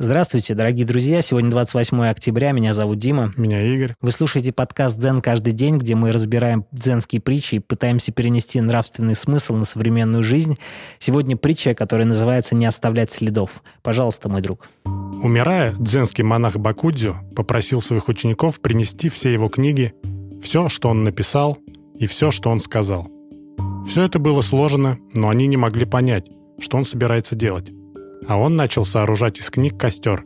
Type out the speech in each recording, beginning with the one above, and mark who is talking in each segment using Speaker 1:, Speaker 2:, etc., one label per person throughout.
Speaker 1: Здравствуйте, дорогие друзья. Сегодня 28 октября. Меня зовут Дима.
Speaker 2: Меня Игорь.
Speaker 1: Вы слушаете подкаст «Дзен каждый день», где мы разбираем дзенские притчи и пытаемся перенести нравственный смысл на современную жизнь. Сегодня притча, которая называется «Не оставлять следов». Пожалуйста, мой друг.
Speaker 2: Умирая, дзенский монах Бакудзю попросил своих учеников принести все его книги, все, что он написал, и все, что он сказал. Все это было сложено, но они не могли понять, что он собирается делать. А он начал сооружать из книг костер.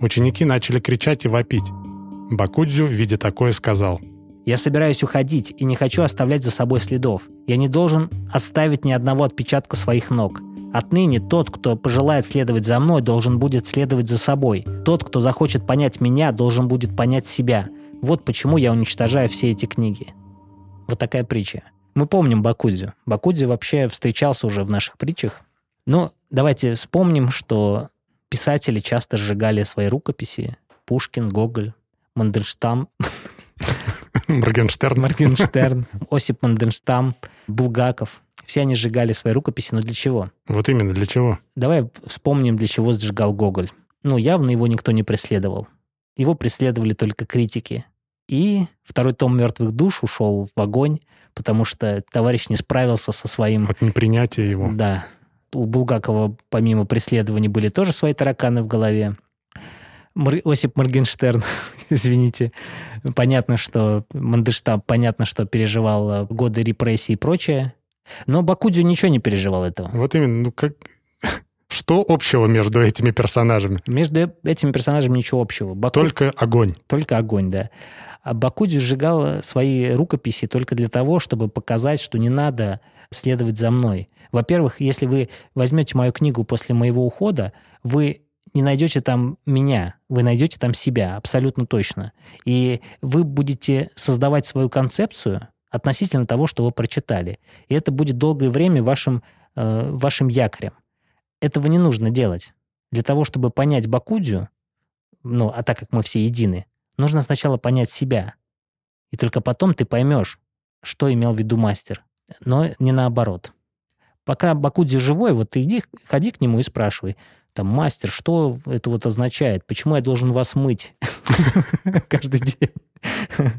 Speaker 2: Ученики начали кричать и вопить. Бакудзю, видя такое, сказал
Speaker 1: Я собираюсь уходить и не хочу оставлять за собой следов. Я не должен оставить ни одного отпечатка своих ног. Отныне тот, кто пожелает следовать за мной, должен будет следовать за собой. Тот, кто захочет понять меня, должен будет понять себя. Вот почему я уничтожаю все эти книги. Вот такая притча. Мы помним Бакудзю. Бакудзю вообще встречался уже в наших притчах. Но давайте вспомним, что писатели часто сжигали свои рукописи. Пушкин, Гоголь, Мандельштам,
Speaker 2: Моргенштерн.
Speaker 1: Моргенштерн, Осип Мандельштам, Булгаков. Все они сжигали свои рукописи, но для чего?
Speaker 2: Вот именно, для чего?
Speaker 1: Давай вспомним, для чего сжигал Гоголь. Ну, явно его никто не преследовал. Его преследовали только критики. И второй том «Мертвых душ» ушел в огонь, потому что товарищ не справился со своим...
Speaker 2: От непринятия его.
Speaker 1: Да. У Булгакова, помимо преследований, были тоже свои тараканы в голове. Мор- Осип Моргенштерн, извините. Понятно, что Мандельштам, понятно, что переживал э, годы репрессий и прочее. Но Бакудзю ничего не переживал этого.
Speaker 2: Вот именно, ну как... Что общего между этими персонажами?
Speaker 1: Между этими персонажами ничего общего. Баку-
Speaker 2: Только огонь.
Speaker 1: Только огонь, да. А Бакудзю сжигал свои рукописи только для того, чтобы показать, что не надо следовать за мной. Во-первых, если вы возьмете мою книгу после моего ухода, вы не найдете там меня, вы найдете там себя, абсолютно точно. И вы будете создавать свою концепцию относительно того, что вы прочитали. И это будет долгое время вашим, э, вашим якорем. Этого не нужно делать. Для того, чтобы понять Бакудзю, ну, а так как мы все едины, нужно сначала понять себя. И только потом ты поймешь, что имел в виду мастер. Но не наоборот. Пока Бакудзи живой, вот ты иди, ходи к нему и спрашивай. Там, мастер, что это вот означает? Почему я должен вас мыть каждый день?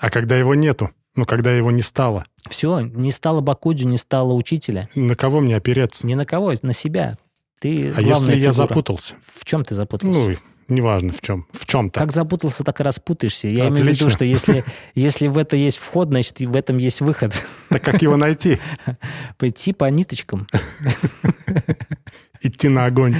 Speaker 2: А когда его нету? Ну, когда его не стало?
Speaker 1: Все, не стало Бакудзю, не стало учителя.
Speaker 2: На кого мне опереться?
Speaker 1: Ни на кого, на себя. Ты
Speaker 2: а
Speaker 1: главная
Speaker 2: если я
Speaker 1: фигура.
Speaker 2: запутался?
Speaker 1: В чем ты запутался?
Speaker 2: Ну, и неважно в чем. В чем-то.
Speaker 1: Как запутался, так и распутаешься. Я имею в виду,
Speaker 2: Отлично.
Speaker 1: что если, если в это есть вход, значит, и в этом есть выход.
Speaker 2: Так как его найти?
Speaker 1: Пойти по ниточкам,
Speaker 2: Идти на огонь.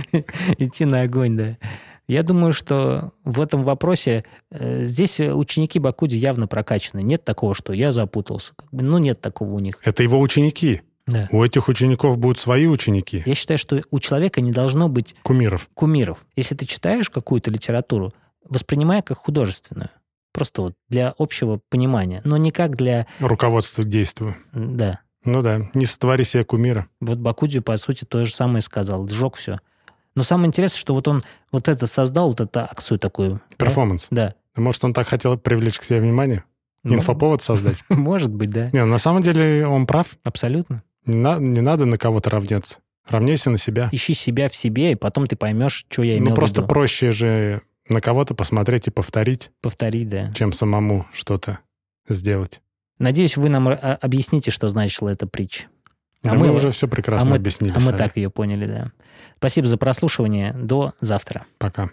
Speaker 1: идти на огонь, да. Я думаю, что в этом вопросе э, здесь э, ученики Бакуди явно прокачаны. Нет такого, что я запутался. Как бы, Ну, нет такого у них.
Speaker 2: Это его ученики.
Speaker 1: Да.
Speaker 2: У этих учеников будут свои ученики.
Speaker 1: Я считаю, что у человека не должно быть
Speaker 2: Кумиров.
Speaker 1: кумиров. Если ты читаешь какую-то литературу, воспринимай как художественную. Просто вот для общего понимания. Но не как для...
Speaker 2: Руководство к действию.
Speaker 1: м, Да.
Speaker 2: Ну да, не сотвори себе кумира.
Speaker 1: Вот Бакудзю, по сути, то же самое сказал. Сжег все. Но самое интересное, что вот он вот это создал, вот эту акцию такую. да?
Speaker 2: Перформанс.
Speaker 1: Да.
Speaker 2: Может, он так хотел привлечь к себе внимание?
Speaker 1: Ну,
Speaker 2: Инфоповод создать?
Speaker 1: Может быть, да.
Speaker 2: Не, на самом деле он прав.
Speaker 1: Абсолютно.
Speaker 2: Не, на- не надо на кого-то равняться. Равняйся на себя.
Speaker 1: Ищи себя в себе, и потом ты поймешь, что я имел
Speaker 2: Ну,
Speaker 1: в
Speaker 2: просто
Speaker 1: виду.
Speaker 2: проще же на кого-то посмотреть и повторить,
Speaker 1: Повтори, да.
Speaker 2: чем самому что-то сделать.
Speaker 1: Надеюсь, вы нам ра- а- объясните, что значила эта притча. А
Speaker 2: А
Speaker 1: мы-
Speaker 2: мы уже все прекрасно
Speaker 1: мы-
Speaker 2: объяснили
Speaker 1: А мы
Speaker 2: сами.
Speaker 1: так ее поняли, да. Спасибо за прослушивание. До завтра.
Speaker 2: Пока.